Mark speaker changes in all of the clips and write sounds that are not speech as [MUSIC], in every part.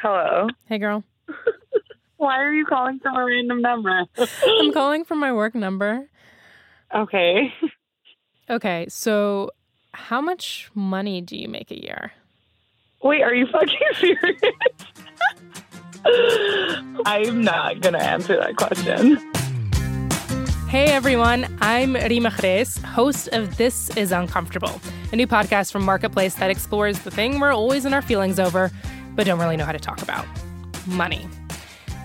Speaker 1: Hello.
Speaker 2: Hey, girl.
Speaker 1: Why are you calling from a random number?
Speaker 2: I'm calling from my work number.
Speaker 1: [LAUGHS] okay.
Speaker 2: Okay, so how much money do you make a year?
Speaker 1: Wait, are you fucking serious? [LAUGHS] I'm not going to answer that question.
Speaker 2: Hey everyone, I'm Rima Jerez, host of This Is Uncomfortable, a new podcast from Marketplace that explores the thing we're always in our feelings over, but don't really know how to talk about money.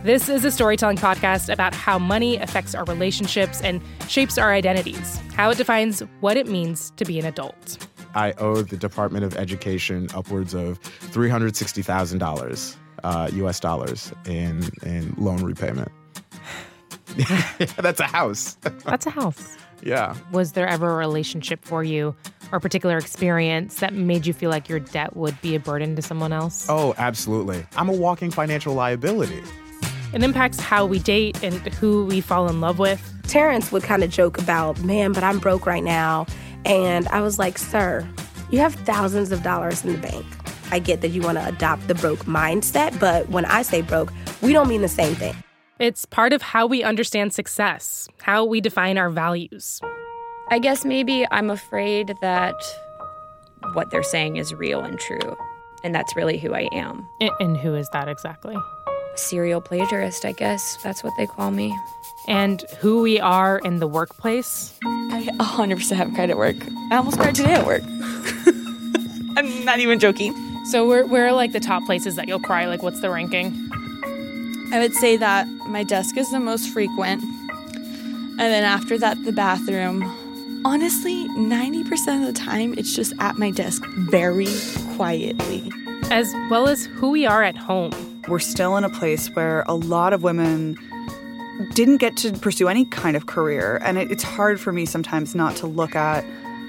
Speaker 2: This is a storytelling podcast about how money affects our relationships and shapes our identities, how it defines what it means to be an adult.
Speaker 3: I owe the Department of Education upwards of three hundred sixty thousand dollars, uh, U.S. dollars, in in loan repayment. [LAUGHS] That's a house. [LAUGHS]
Speaker 2: That's a house.
Speaker 3: yeah.
Speaker 2: Was there ever a relationship for you or a particular experience that made you feel like your debt would be a burden to someone else?
Speaker 3: Oh, absolutely. I'm a walking financial liability.
Speaker 2: It impacts how we date and who we fall in love with.
Speaker 4: Terrence would kind of joke about, man, but I'm broke right now. And I was like, sir, you have thousands of dollars in the bank. I get that you want to adopt the broke mindset, but when I say broke, we don't mean the same thing.
Speaker 2: It's part of how we understand success, how we define our values.
Speaker 5: I guess maybe I'm afraid that what they're saying is real and true. And that's really who I am.
Speaker 2: A- And who is that exactly?
Speaker 5: Serial plagiarist, I guess. That's what they call me.
Speaker 2: And who we are in the workplace.
Speaker 6: I 100% have credit work. I almost cried today at work. [LAUGHS] I'm not even joking.
Speaker 2: So we're, we're like the top places that you'll cry. Like, what's the ranking?
Speaker 6: I would say that my desk is the most frequent. And then after that, the bathroom. Honestly, 90% of the time, it's just at my desk very quietly.
Speaker 2: As well as who we are at home.
Speaker 7: we're still in a place where a lot of women didn't get to pursue any kind of career. And it, it's hard for me sometimes not to look at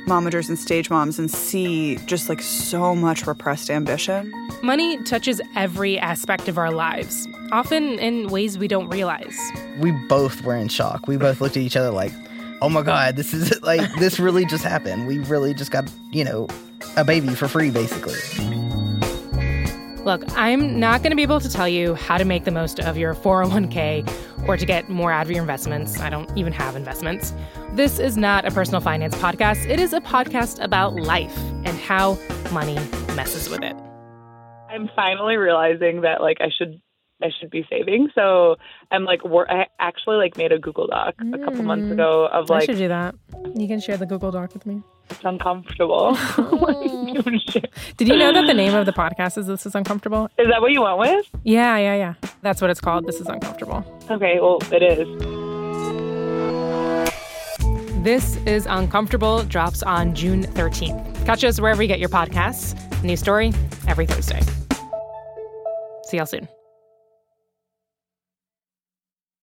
Speaker 7: momagers and stage moms and see just like so much repressed ambition.
Speaker 2: Money touches every aspect of our lives, often in ways we don't realize.
Speaker 8: we both were in shock. We both looked at each other like, "Oh my god, this is [LAUGHS] like this really just happened. We really just got, you know, a baby for free basically."
Speaker 2: Look, I'm not going to be able to tell you how to make the most of your 401k or to get more out of your investments. I don't even have investments. This is not a personal finance podcast. It is a podcast about life and how money messes with it.
Speaker 1: I'm finally realizing that like I should I should be saving. So I'm like wor- I actually like made a Google Doc a couple months ago of like
Speaker 2: do that. You can share the Google Doc with me.
Speaker 1: it's uncomfortable. [LAUGHS] is
Speaker 2: Did you know that the name of the podcast is This Is [LAUGHS] Uncomfortable?
Speaker 1: that what you went with?
Speaker 2: Yeah, yeah, yeah. That's what it's called. This is uncomfortable.
Speaker 1: Okay, well it is.
Speaker 2: This is Uncomfortable drops on June 13th. Catch us wherever you get your podcasts. New story every Thursday. See y'all soon.